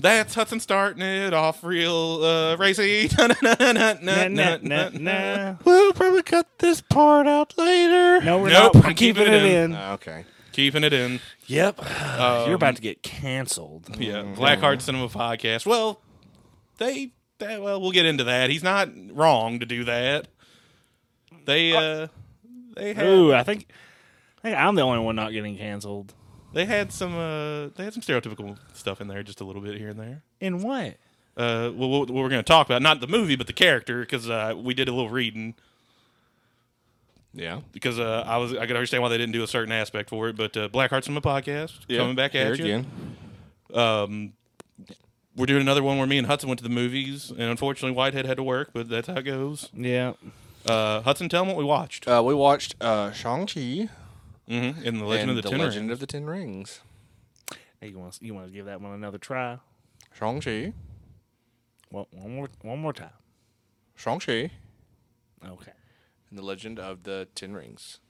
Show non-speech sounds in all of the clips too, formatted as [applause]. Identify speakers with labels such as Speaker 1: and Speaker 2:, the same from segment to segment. Speaker 1: That's Hudson starting it off real uh, racy. [laughs] Na, na, na, na, na,
Speaker 2: Nah, nah,
Speaker 1: na,
Speaker 2: nah,
Speaker 1: na.
Speaker 2: nah.
Speaker 3: We'll probably cut this part out later.
Speaker 2: No, we're
Speaker 1: Nope,
Speaker 2: not.
Speaker 1: I'm
Speaker 2: We're keeping it in.
Speaker 1: Uh,
Speaker 3: okay.
Speaker 1: Keeping it in.
Speaker 3: Yep.
Speaker 2: You're about to get canceled.
Speaker 1: um, Yeah, Blackheart Cinema Podcast. Well, they that, well, we'll get into that. He's not wrong to do that. They uh they had
Speaker 2: Ooh, I think, I think I'm the only one not getting canceled.
Speaker 1: they had some uh they had some stereotypical stuff in there just a little bit here and there.
Speaker 2: In what?
Speaker 1: Uh well, what, what we're going to talk about, not the movie but the character cuz uh we did a little reading
Speaker 3: Yeah.
Speaker 1: because uh I was I could understand why they didn't do a certain aspect for it, but uh Blackheart Cinema Podcast coming back at
Speaker 3: Here
Speaker 1: you.
Speaker 3: again.
Speaker 1: Um, we're doing another one where me and Hudson went to the movies, and unfortunately Whitehead had to work, but that's how it goes.
Speaker 2: Yeah.
Speaker 1: Uh, Hudson, tell them what we watched
Speaker 3: Uh, we watched uh, Shang Chi
Speaker 1: hmm in the Legend
Speaker 3: and
Speaker 1: of the,
Speaker 3: the
Speaker 1: Ten
Speaker 3: Legend
Speaker 1: Rings.
Speaker 3: of the Ten Rings.
Speaker 2: Hey, you want to you want to give that one another try?
Speaker 3: Shang Chi.
Speaker 2: One, one more one more time.
Speaker 3: Shang Chi
Speaker 2: Okay.
Speaker 3: and the Legend of the Ten Rings.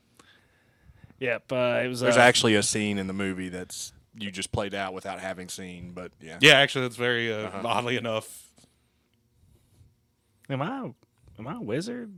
Speaker 2: Yep. Uh, it was.
Speaker 3: There's
Speaker 2: uh,
Speaker 3: actually a scene in the movie that's you just played out without having seen, but yeah.
Speaker 1: Yeah, actually, that's very uh,
Speaker 3: Uh-huh.
Speaker 1: oddly enough.
Speaker 2: Am I am I a wizard?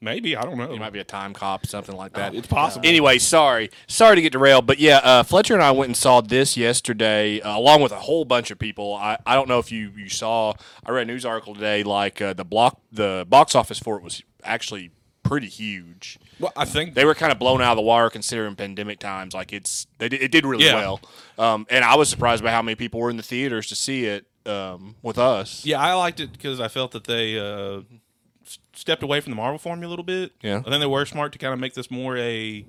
Speaker 1: Maybe I don't know.
Speaker 3: It might be a time cop, something like that.
Speaker 1: Oh, it's possible.
Speaker 3: Anyway, sorry, sorry to get derailed, but yeah, uh, Fletcher and I went and saw this yesterday, uh, along with a whole bunch of people. I, I don't know if you, you saw. I read a news article today, like uh, the block the box office for it was actually pretty huge.
Speaker 1: well, I think
Speaker 3: They were kind of blown out of the wire considering pandemic times. Like it's they did, it did really
Speaker 1: Yeah.
Speaker 3: well, um, and I was surprised by how many people were in the theaters to see it um, with us.
Speaker 1: yeah, I liked it because I felt that they uh, s- stepped away from the Marvel formula a little bit.
Speaker 3: Yeah.
Speaker 1: I think they were smart to kind of make this more a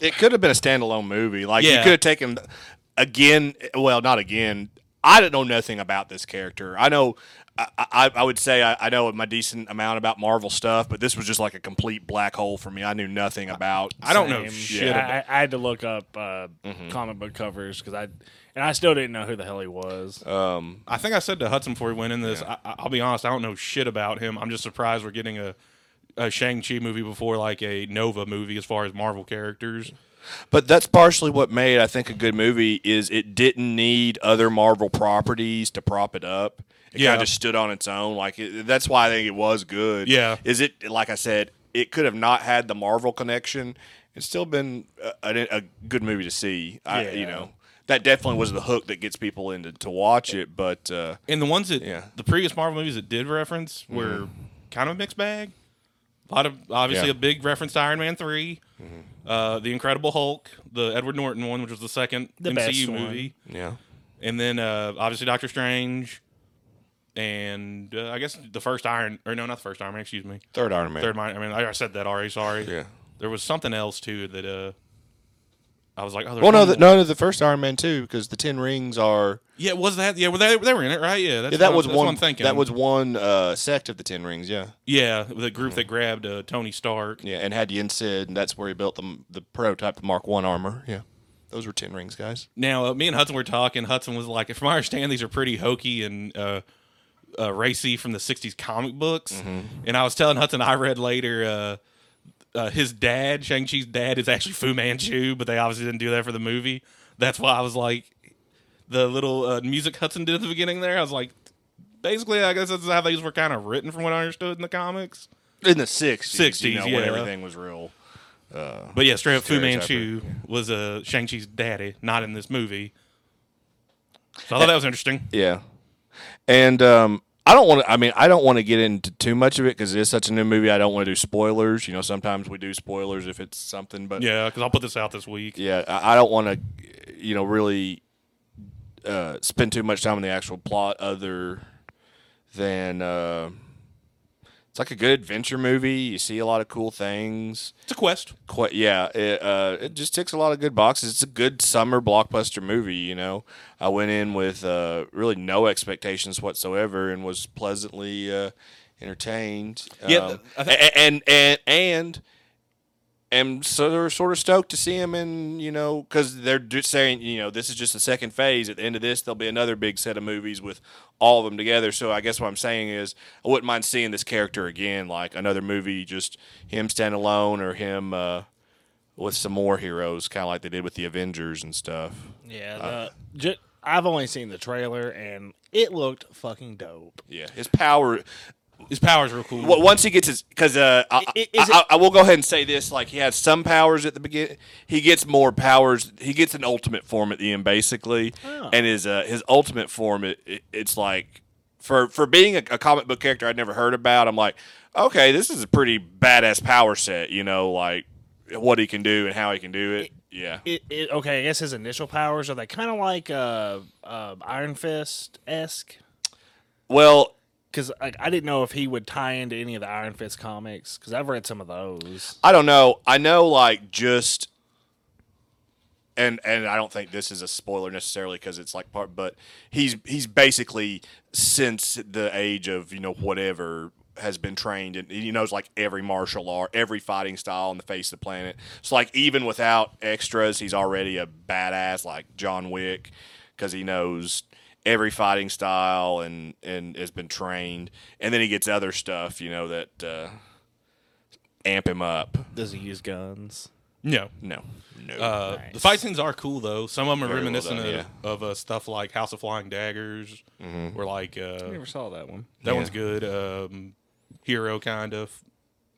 Speaker 3: It could have been a standalone movie. Like you
Speaker 1: Yeah.
Speaker 3: could have taken th- again. Well, not again. I don't know nothing about this character. I know. I, I, I would say I, I know my decent amount about Marvel stuff, but this was just like a complete black hole for me. I knew nothing about.
Speaker 1: I don't know
Speaker 2: Same.
Speaker 1: shit
Speaker 2: Yeah,
Speaker 1: about- Mm-hmm.
Speaker 2: I, I had to look up uh, comic book covers because I and I still didn't know who the hell he was.
Speaker 3: Um,
Speaker 1: I think I said to Hudson before we went in this. I, I'll be honest, I don't know shit about him. I'm just surprised we're getting a, a Shang Chi movie before like a Nova movie as far as Marvel characters.
Speaker 3: But that's partially what made I think a good movie is it didn't need other Marvel properties to prop it up. It
Speaker 1: Yeah.
Speaker 3: kind of just stood on its own. Like it, that's why I think it was good.
Speaker 1: Yeah.
Speaker 3: Is it like I said? It could have not had the Marvel connection. It's still been a, a, a good movie to see. I, You
Speaker 2: Yeah.
Speaker 3: know that definitely was the hook that gets people into to watch it. But uh,
Speaker 1: And the ones that
Speaker 3: Yeah. Mm-hmm.
Speaker 1: the previous Marvel movies that did reference were kind of a mixed bag. A lot of obviously
Speaker 3: Yeah. Mm-hmm.
Speaker 1: a big reference to Iron Man 3 uh, the Incredible Hulk, the Edward Norton one, which was the second
Speaker 2: The best
Speaker 1: MCU
Speaker 2: one.
Speaker 1: movie,
Speaker 3: yeah,
Speaker 1: and then uh, obviously Doctor Strange, and uh, I guess the first Iron or no, not the first Iron Man, excuse me,
Speaker 3: third Iron Man.
Speaker 1: third Iron. I mean, I I said that already. Sorry.
Speaker 3: Yeah.
Speaker 1: There was something else too that uh, I was like, oh, there's
Speaker 3: Well, no,
Speaker 1: one
Speaker 3: the,
Speaker 1: more.
Speaker 3: no, no, the first Iron Man too, because the Ten Rings are
Speaker 1: Yeah, was that? Yeah, were they, they were in it, right? Yeah, that's
Speaker 3: that
Speaker 1: what
Speaker 3: was
Speaker 1: I'm, that's
Speaker 3: one
Speaker 1: What I'm thinking
Speaker 3: that was one uh, sect of the Ten Rings. Yeah.
Speaker 1: yeah, the group that grabbed uh, Tony Stark.
Speaker 3: Yeah, and had Yen Sid, and that's where he built the the prototype of Mark One armor. Yeah, those were ten rings, guys.
Speaker 1: Now, uh, me and Hudson were talking. Hudson was like, "From my understanding, these are pretty hokey and uh, uh, racy from the '60s comic books." And I was telling Hudson, I read later. Uh, uh, his dad, Shang Chi's dad, is actually Fu Manchu, but they obviously didn't do that for the movie. That's why I was like, the little uh, music Hudson did at the beginning there. I was like, basically, I guess that's how these were kind of written, from what I understood in the comics.
Speaker 3: In the sixties,
Speaker 1: 60s,
Speaker 3: you know, when
Speaker 1: yeah.
Speaker 3: everything was real.
Speaker 1: But yeah, straight up, Fu
Speaker 3: Stereotyper.
Speaker 1: Manchu was uh, Shang Chi's daddy, not in this movie. So I thought that was interesting.
Speaker 3: Yeah, and um, I don't want to. I mean, I don't want to get into too much of it because it's such a new movie. I don't want to do spoilers. You know, sometimes we do spoilers if it's something, but
Speaker 1: Yeah, because I'll put this out this week.
Speaker 3: yeah, I I don't want to, you know, really uh, spend too much time on the actual plot other than uh, it's like a good adventure movie. You see a lot of cool things.
Speaker 1: It's a quest.
Speaker 3: Quite, yeah, it, uh, it just ticks a lot of good boxes. It's a good summer blockbuster movie, you know. I went in with uh, really no expectations whatsoever and was pleasantly uh, entertained.
Speaker 1: Yeah,
Speaker 3: Um,
Speaker 1: I thi-
Speaker 3: a- and and and am sort of sort of stoked to see him in you know because they're just saying you know this is just the second phase. At the end of this, there'll be another big set of movies with all of them together. So I guess what I'm saying is I wouldn't mind seeing this character again, like another movie, just him stand alone or him. Uh, with some more heroes, kind of like they did with the Avengers and stuff.
Speaker 2: yeah. The, Uh, ju- I've only seen the trailer and it looked fucking dope.
Speaker 3: Yeah, his power.
Speaker 1: His powers real cool.
Speaker 3: Well, once he gets his, because uh, I,
Speaker 2: I- is
Speaker 3: I,
Speaker 2: it-
Speaker 3: I, I will go ahead and say this: like he has some powers at the beginning. He gets more powers. He gets an ultimate form at the end, basically.
Speaker 2: Oh.
Speaker 3: And his uh, his ultimate form, it, it, it's like for for being a, a comic book character I'd never heard about. I'm like, okay, this is a pretty badass power set. You know, like what he can do and how he can do it. Yeah,
Speaker 2: It, it okay. I guess his initial powers are they kind of like uh, uh, Iron Fist esque.
Speaker 3: Well,
Speaker 2: Because like, I didn't know if he would tie into any of the Iron Fist comics. Because I've read some of those.
Speaker 3: I don't know. I know, like, just and and I don't think this is a spoiler necessarily because it's like part, but he's he's basically since the age of you know whatever has been trained and he knows like every martial art, every fighting style on the face of the planet. So like even without extras, he's already a badass like John Wick because he knows every fighting style and and has been trained. And then he gets other stuff, you know, that uh, amp him up.
Speaker 2: Does he use guns?
Speaker 1: no.
Speaker 3: No, no.
Speaker 1: Uh,
Speaker 2: Nice.
Speaker 1: The fight scenes are cool though. Some of them are
Speaker 3: Very well
Speaker 1: reminiscent
Speaker 3: done,
Speaker 1: of, of uh, stuff like House of Flying Daggers,
Speaker 3: Mm-hmm.
Speaker 1: or like uh,
Speaker 2: I
Speaker 1: that
Speaker 2: never saw that one.
Speaker 1: one's good. Um, Hero kind of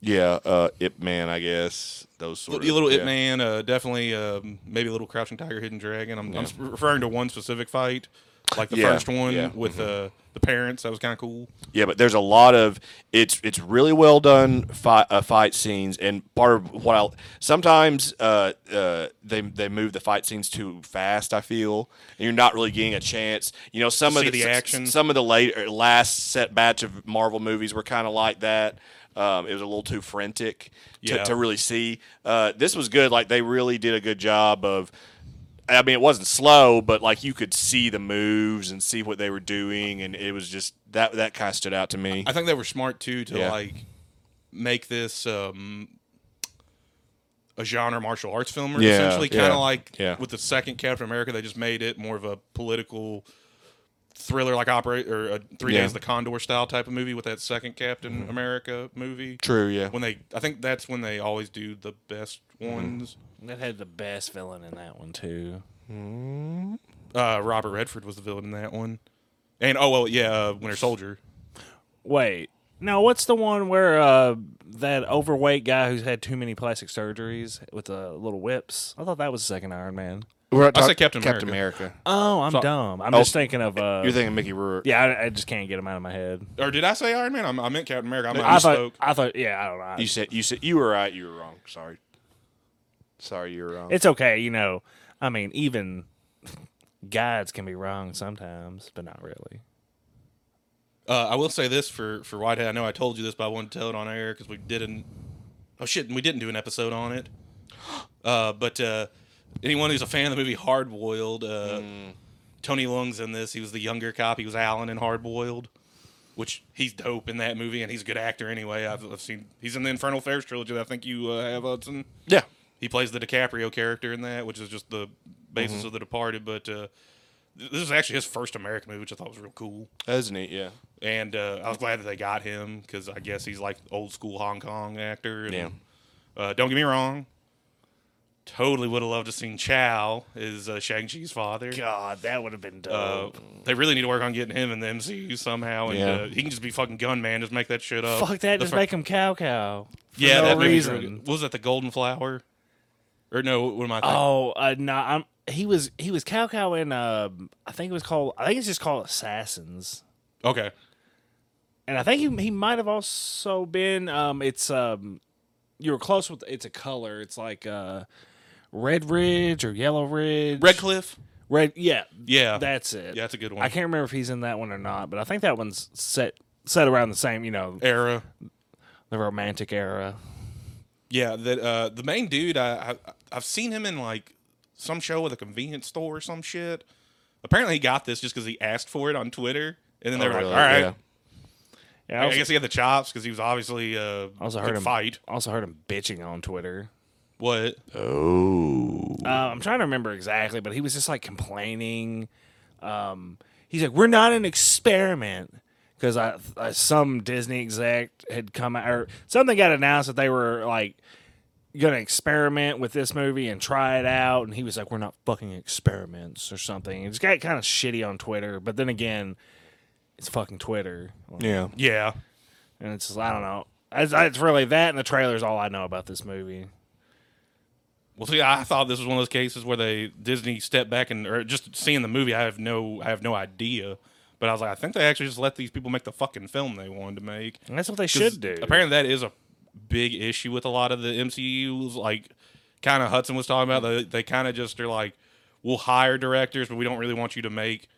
Speaker 3: yeah, uh, Ip Man, I guess those sort
Speaker 1: Li-
Speaker 3: of
Speaker 1: Little Ip
Speaker 3: yeah.
Speaker 1: Man, uh, definitely um, maybe a little Crouching Tiger, Hidden Dragon. I'm, I'm s- referring to one specific fight, like the
Speaker 3: Yeah,
Speaker 1: first one
Speaker 3: yeah, Mm-hmm.
Speaker 1: with uh, the parents. That was kind of cool.
Speaker 3: Yeah, but there's a lot of it's it's really well done fight, uh, fight scenes, and part of what I sometimes uh, uh, they they move the fight scenes too fast. I feel and you're not really getting a chance. You know, some
Speaker 1: See
Speaker 3: of
Speaker 1: the action.
Speaker 3: some of the later last set batch of Marvel movies were kind of like that. Um, it was a little too frantic to,
Speaker 1: Yeah.
Speaker 3: to really see. Uh, this was good. Like they really did a good job of. I mean, it wasn't slow, but like you could see the moves and see what they were doing, and it was just that that kind of stood out to me.
Speaker 1: I think they were smart too to
Speaker 3: Yeah.
Speaker 1: like make this um, a genre martial arts film, or
Speaker 3: Yeah,
Speaker 1: essentially kind of
Speaker 3: yeah,
Speaker 1: like
Speaker 3: yeah.
Speaker 1: with the second Captain America. They just made it more of a political thriller, like operate or a Three
Speaker 3: Yeah. Mm-hmm.
Speaker 1: Days of the Condor style type of movie with that second Captain America movie.
Speaker 3: True, yeah.
Speaker 1: When they, I think that's when they always do the best
Speaker 3: Mm-hmm.
Speaker 1: ones.
Speaker 2: That had the best villain in that one too.
Speaker 1: Uh, Robert Redford was the villain in that one, and oh well, yeah, uh, Winter Soldier.
Speaker 2: Wait. No, what's the one where uh, that overweight guy who's had too many plastic surgeries with the little whips? I thought that was the second Iron Man.
Speaker 1: I said Captain
Speaker 3: America.
Speaker 2: Oh, I'm dumb. I'm
Speaker 3: Oh,
Speaker 2: just thinking of. Uh,
Speaker 3: You're thinking Mickey Rourke.
Speaker 2: yeah, I, I just can't get him out of my head.
Speaker 1: Or did I say Iron Man? I, I meant Captain America. I,
Speaker 2: I
Speaker 1: misspoke.
Speaker 2: thought. I thought. Yeah, I don't know. I-
Speaker 3: You said you said you were right. You were wrong. Sorry. Sorry, you were wrong.
Speaker 2: it's okay. You know. I mean, even guides can be wrong sometimes, but not really.
Speaker 1: Uh, I will say this for for Whitehead. I know I told you this, but I wanted to tell it on air because we didn't. Oh shit, we didn't do an episode on it. Uh, but uh, anyone who's a fan of the movie Hard Boiled, uh, Tony Lung's in this. He was the younger cop. He was Alan in Hard Boiled, which he's dope in that movie, and he's a good actor anyway. I've, I've seen he's in the Infernal Affairs trilogy. That I think you uh, have Hudson.
Speaker 3: yeah.
Speaker 1: He plays the DiCaprio character in that, which is just the basis of The Departed. But uh, th- this is actually his first American movie, which I thought was real cool
Speaker 3: Isn't it? Yeah.
Speaker 1: and uh, I was glad that they got him because I guess he's like old school Hong Kong actor. And,
Speaker 3: Yeah.
Speaker 1: Uh, don't get me wrong. Totally would have loved to seen Chow as uh, Shang Chi's father.
Speaker 2: God, that would have been
Speaker 1: Uh,
Speaker 2: dope.
Speaker 1: they really need to work on getting him in the MCU somehow, and
Speaker 3: Yeah.
Speaker 1: uh, he can just be fucking gunman. Just make that shit
Speaker 3: Uh,
Speaker 1: up.
Speaker 2: Fuck that!
Speaker 1: That's
Speaker 2: Just
Speaker 1: fine.
Speaker 2: make him cow cow. For
Speaker 1: yeah,
Speaker 2: no
Speaker 1: that movie's
Speaker 2: reason.
Speaker 1: real good. What was that the Golden Flower? Or no, what am I thinking?
Speaker 2: Oh, uh, no, I'm. He was he was cow cow in. Um, I think it was called. I think it's just called Assassins.
Speaker 1: okay,
Speaker 2: And I think he he might have also been. Um, it's um, you were close with. It's a color. It's like uh, red ridge or yellow ridge.
Speaker 1: Red Cliff.
Speaker 2: Red. Yeah.
Speaker 1: Yeah,
Speaker 2: That's it.
Speaker 1: yeah, that's a good one.
Speaker 2: I can't remember if he's in that one or not, but I think that one's set set around the same. You know,
Speaker 1: Era.
Speaker 2: the Romantic era.
Speaker 1: Yeah, that uh, the main dude, I, I I've seen him in like some show with a convenience store or some shit. Apparently, he got this just because he asked for it on Twitter, and then
Speaker 2: Oh,
Speaker 1: they were like, "All right."
Speaker 3: Yeah.
Speaker 2: Yeah. I
Speaker 1: I, I
Speaker 2: also,
Speaker 1: guess he had the chops because he was obviously uh,
Speaker 2: also
Speaker 1: could
Speaker 2: heard him
Speaker 1: fight.
Speaker 2: Also heard him bitching on Twitter.
Speaker 1: What?
Speaker 3: Oh.
Speaker 2: Uh, I'm trying to remember exactly, but he was just like complaining. Um, he's like, "We're not an experiment," because I, I some Disney exec had come out or something got announced that they were like gonna experiment with this movie and try it out and he was like we're not fucking experiments or something it's got kind of shitty on twitter but then again it's fucking twitter
Speaker 3: Yeah.
Speaker 1: Yeah.
Speaker 2: and it's just, i don't know it's, it's really that and the trailer's all i know about this movie
Speaker 1: Well, see, I thought this was one of those cases where they Disney stepped back and or just seeing the movie. I have no, I have no idea. But I was like, I think they actually just let these people make the fucking film they wanted to make.
Speaker 2: and that's what they
Speaker 1: 'Cause
Speaker 2: should do
Speaker 1: Apparently, that is a big issue with a lot of the MCU's. Like, kind of Hudson was talking about. They, they kind of just are like, we'll hire directors, but we don't really want you to make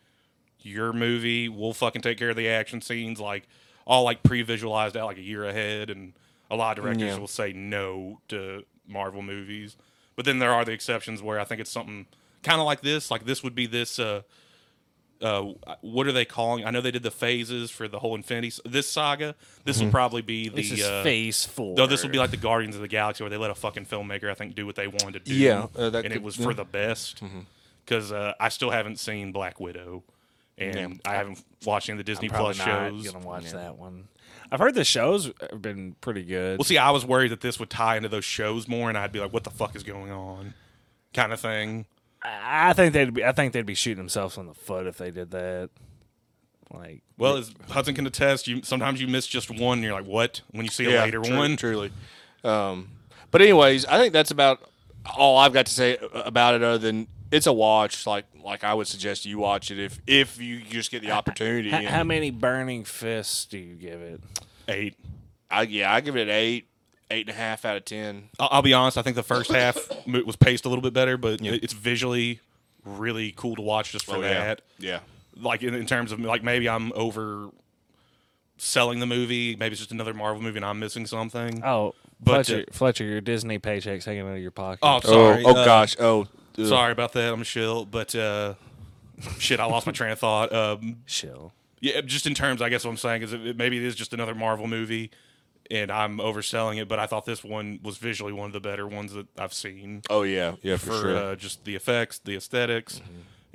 Speaker 1: your movie. We'll fucking take care of the action scenes, like all like pre-visualized out like a year ahead. And a lot of directors
Speaker 3: Yeah.
Speaker 1: will say no to Marvel movies. But then there are the exceptions where I think it's something kind of like this. Like this would be this. uh uh, what are they calling? I know they did the phases for the whole Infinity s- this saga. This will probably be the
Speaker 2: Mm-hmm. this is
Speaker 1: uh,
Speaker 2: phase four
Speaker 1: Though this will be like the Guardians of the Galaxy, where they let a fucking filmmaker, I think, do what they wanted to do.
Speaker 3: Yeah, uh, that
Speaker 1: and it
Speaker 3: could- Mm-hmm.
Speaker 1: was
Speaker 3: yeah.
Speaker 1: for the best. Because uh, I still haven't seen Black Widow, and I haven't watched any of the Disney
Speaker 2: Probably
Speaker 1: Plus
Speaker 2: not
Speaker 1: shows.
Speaker 2: gonna watch that one i've heard the shows have been pretty good
Speaker 1: Well, see, I was worried that this would tie into those shows more, and I'd be like, "What the fuck is going on?" Kind of thing.
Speaker 2: I I think they'd be. I think they'd be shooting themselves in the foot if they did that. Like,
Speaker 1: Well, as Hudson can attest, you sometimes you miss just one, and you're like, "What?" When you see a
Speaker 3: yeah,
Speaker 1: later
Speaker 3: tru-
Speaker 1: one,
Speaker 3: Truly. Um, but anyways, I think that's about all I've got to say about it. Other than it's a watch. Like like I would suggest you watch it if if you just get the opportunity.
Speaker 2: h-
Speaker 3: and-
Speaker 2: how many burning fists do you give it?
Speaker 1: eight.
Speaker 3: I, yeah, I give it an eight, eight and a half out of ten.
Speaker 1: I'll, I'll be honest. I think the first half
Speaker 3: [laughs]
Speaker 1: mo- was paced a little bit better, but it- it's visually really cool to watch just for that.
Speaker 3: Oh, yeah,
Speaker 1: Like in, in terms of like maybe I'm over selling the movie. Maybe it's just another Marvel movie and I'm missing something.
Speaker 2: Oh,
Speaker 1: But,
Speaker 2: Fletcher,
Speaker 1: uh,
Speaker 2: Fletcher, your Disney paycheck's hanging out of your pocket.
Speaker 1: oh, sorry.
Speaker 3: Oh, oh
Speaker 1: Uh,
Speaker 3: gosh. Oh, ugh.
Speaker 1: sorry about that. I'm a shill, but uh, [laughs] shit, I lost my train of thought. Um,
Speaker 2: chill.
Speaker 1: Yeah, just in terms, I guess what I'm saying is it, it- maybe it is just another Marvel movie, and I'm overselling it. But I thought this one was visually one of the better ones that I've seen.
Speaker 3: Oh yeah, yeah for,
Speaker 1: for
Speaker 3: sure. Mm-hmm.
Speaker 1: uh, just the effects, the esthetics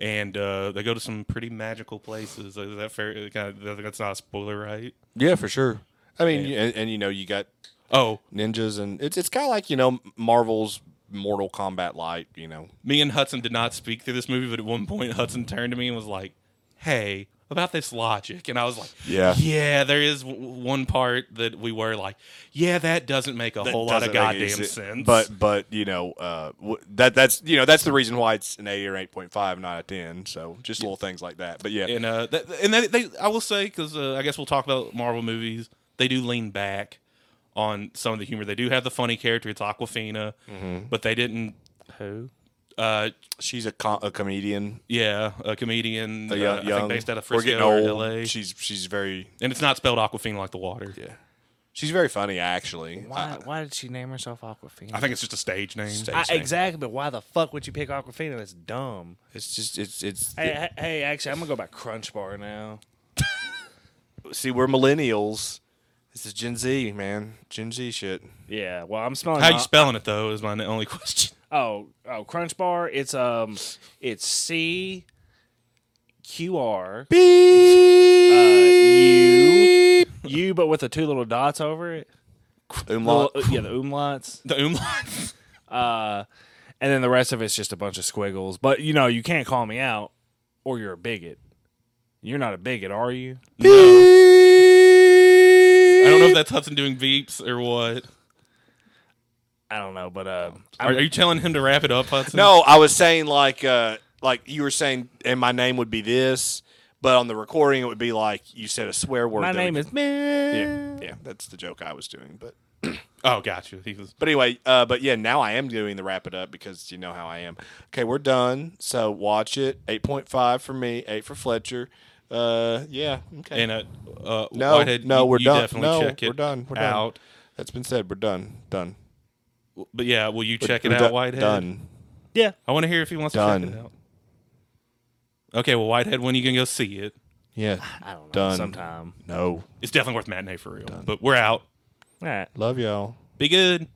Speaker 1: and uh, they go to some pretty magical places. Is that fair? Kinda- that- That's not a spoiler, right?
Speaker 3: yeah, for sure. I mean, you- and, and you know, you got
Speaker 1: Oh,
Speaker 3: ninjas, and it's it's kind of like you know Marvel's Mortal Kombat light. You know,
Speaker 1: me and Hudson did not speak through this movie, but at one point Hudson turned to me and was like, "Hey." About this logic, and I was like,
Speaker 3: Yeah.
Speaker 1: yeah, there is w- w- one part that we were like, yeah, that doesn't make a whole lot of
Speaker 3: Doesn't
Speaker 1: goddamn
Speaker 3: make any
Speaker 1: sense.
Speaker 3: But but you know uh, w- that that's you know that's the reason why it's an eight or eight point five, not a ten. So just little things like that. But yeah,
Speaker 1: and uh, that, and they, they, I will say because uh, I guess we'll talk about Marvel movies. They do lean back on some of the humor. They do have the funny character. It's Aquafina,
Speaker 3: Mm-hmm.
Speaker 1: but they didn't.
Speaker 2: Who?
Speaker 1: Uh,
Speaker 3: she's a, com- a comedian.
Speaker 1: yeah, a comedian.
Speaker 3: A
Speaker 1: uh,
Speaker 3: young,
Speaker 1: I
Speaker 3: young-
Speaker 1: think based out of
Speaker 3: we're getting
Speaker 1: Frisco or
Speaker 3: old.
Speaker 1: L.A.
Speaker 3: She's she's very
Speaker 1: and it's not spelled Aquafina like the water.
Speaker 3: yeah, she's very funny actually.
Speaker 2: Why? why did she name herself Aquafina?
Speaker 1: I think it's just a stage name.
Speaker 2: I- exactly, but why the fuck would you pick Aquafina? That's dumb.
Speaker 3: It's just it's it's.
Speaker 2: Hey, hey, hey, actually, I'm gonna go by Crunch Bar now.
Speaker 3: see, we're millennials. This is Gen Z, man. Gen Z shit.
Speaker 2: Yeah. Well, I'm smelling.
Speaker 1: How you
Speaker 2: my-
Speaker 1: spelling it though is my only [laughs] question.
Speaker 2: Oh, oh, Crunch Bar. It's um, it's C Q R uh, U U, but with the two little dots over it.
Speaker 3: Umlaut.
Speaker 1: uh,
Speaker 2: Little- yeah, the umlauts.
Speaker 1: The
Speaker 3: [laughs]
Speaker 1: umlaut.
Speaker 2: Uh, and then the rest of it's just a bunch of squiggles. But you know, you can't call me out, or you're a bigot. You're not a bigot, are you?
Speaker 1: no. I don't know if that's Hudson doing beeps or what.
Speaker 2: I don't know, but uh,
Speaker 1: Are, are you telling him to wrap it up, Hudson?
Speaker 3: No, I was saying like uh like you were saying, and my name would be this, but on the recording it would be like you said a swear word.
Speaker 2: my
Speaker 3: that we-
Speaker 2: name is
Speaker 3: Yeah,
Speaker 2: man.
Speaker 3: [laughs] yeah, that's the joke I was doing, but
Speaker 1: Oh, gotcha. He was.
Speaker 3: but anyway, uh, but yeah, now I am doing the wrap it up because you know how I am. Okay, we're done. So watch it. Eight point five for me. Eight for Fletcher. Uh, yeah. Okay.
Speaker 1: And uh, uh,
Speaker 3: no,
Speaker 1: Whitehead,
Speaker 3: no,
Speaker 1: you-
Speaker 3: we're
Speaker 1: you
Speaker 3: done.
Speaker 1: Definitely
Speaker 3: no,
Speaker 1: check it
Speaker 3: we're done. We're done.
Speaker 1: out.
Speaker 3: That's been said. We're done. Done.
Speaker 1: But yeah, will you check it
Speaker 3: We're
Speaker 1: out,
Speaker 3: done-
Speaker 1: Whitehead?
Speaker 3: Done.
Speaker 2: Yeah.
Speaker 1: I want to hear if he wants to check
Speaker 3: Done.
Speaker 1: it out. Okay, well, Whitehead, when are you gonna go see it?
Speaker 3: Yeah.
Speaker 2: [sighs]
Speaker 3: Oh,
Speaker 2: I don't know.
Speaker 3: Done.
Speaker 2: Sometime.
Speaker 3: No.
Speaker 1: It's definitely worth matinee for real. But we're out.
Speaker 2: All right.
Speaker 3: Love y'all.
Speaker 1: Be good.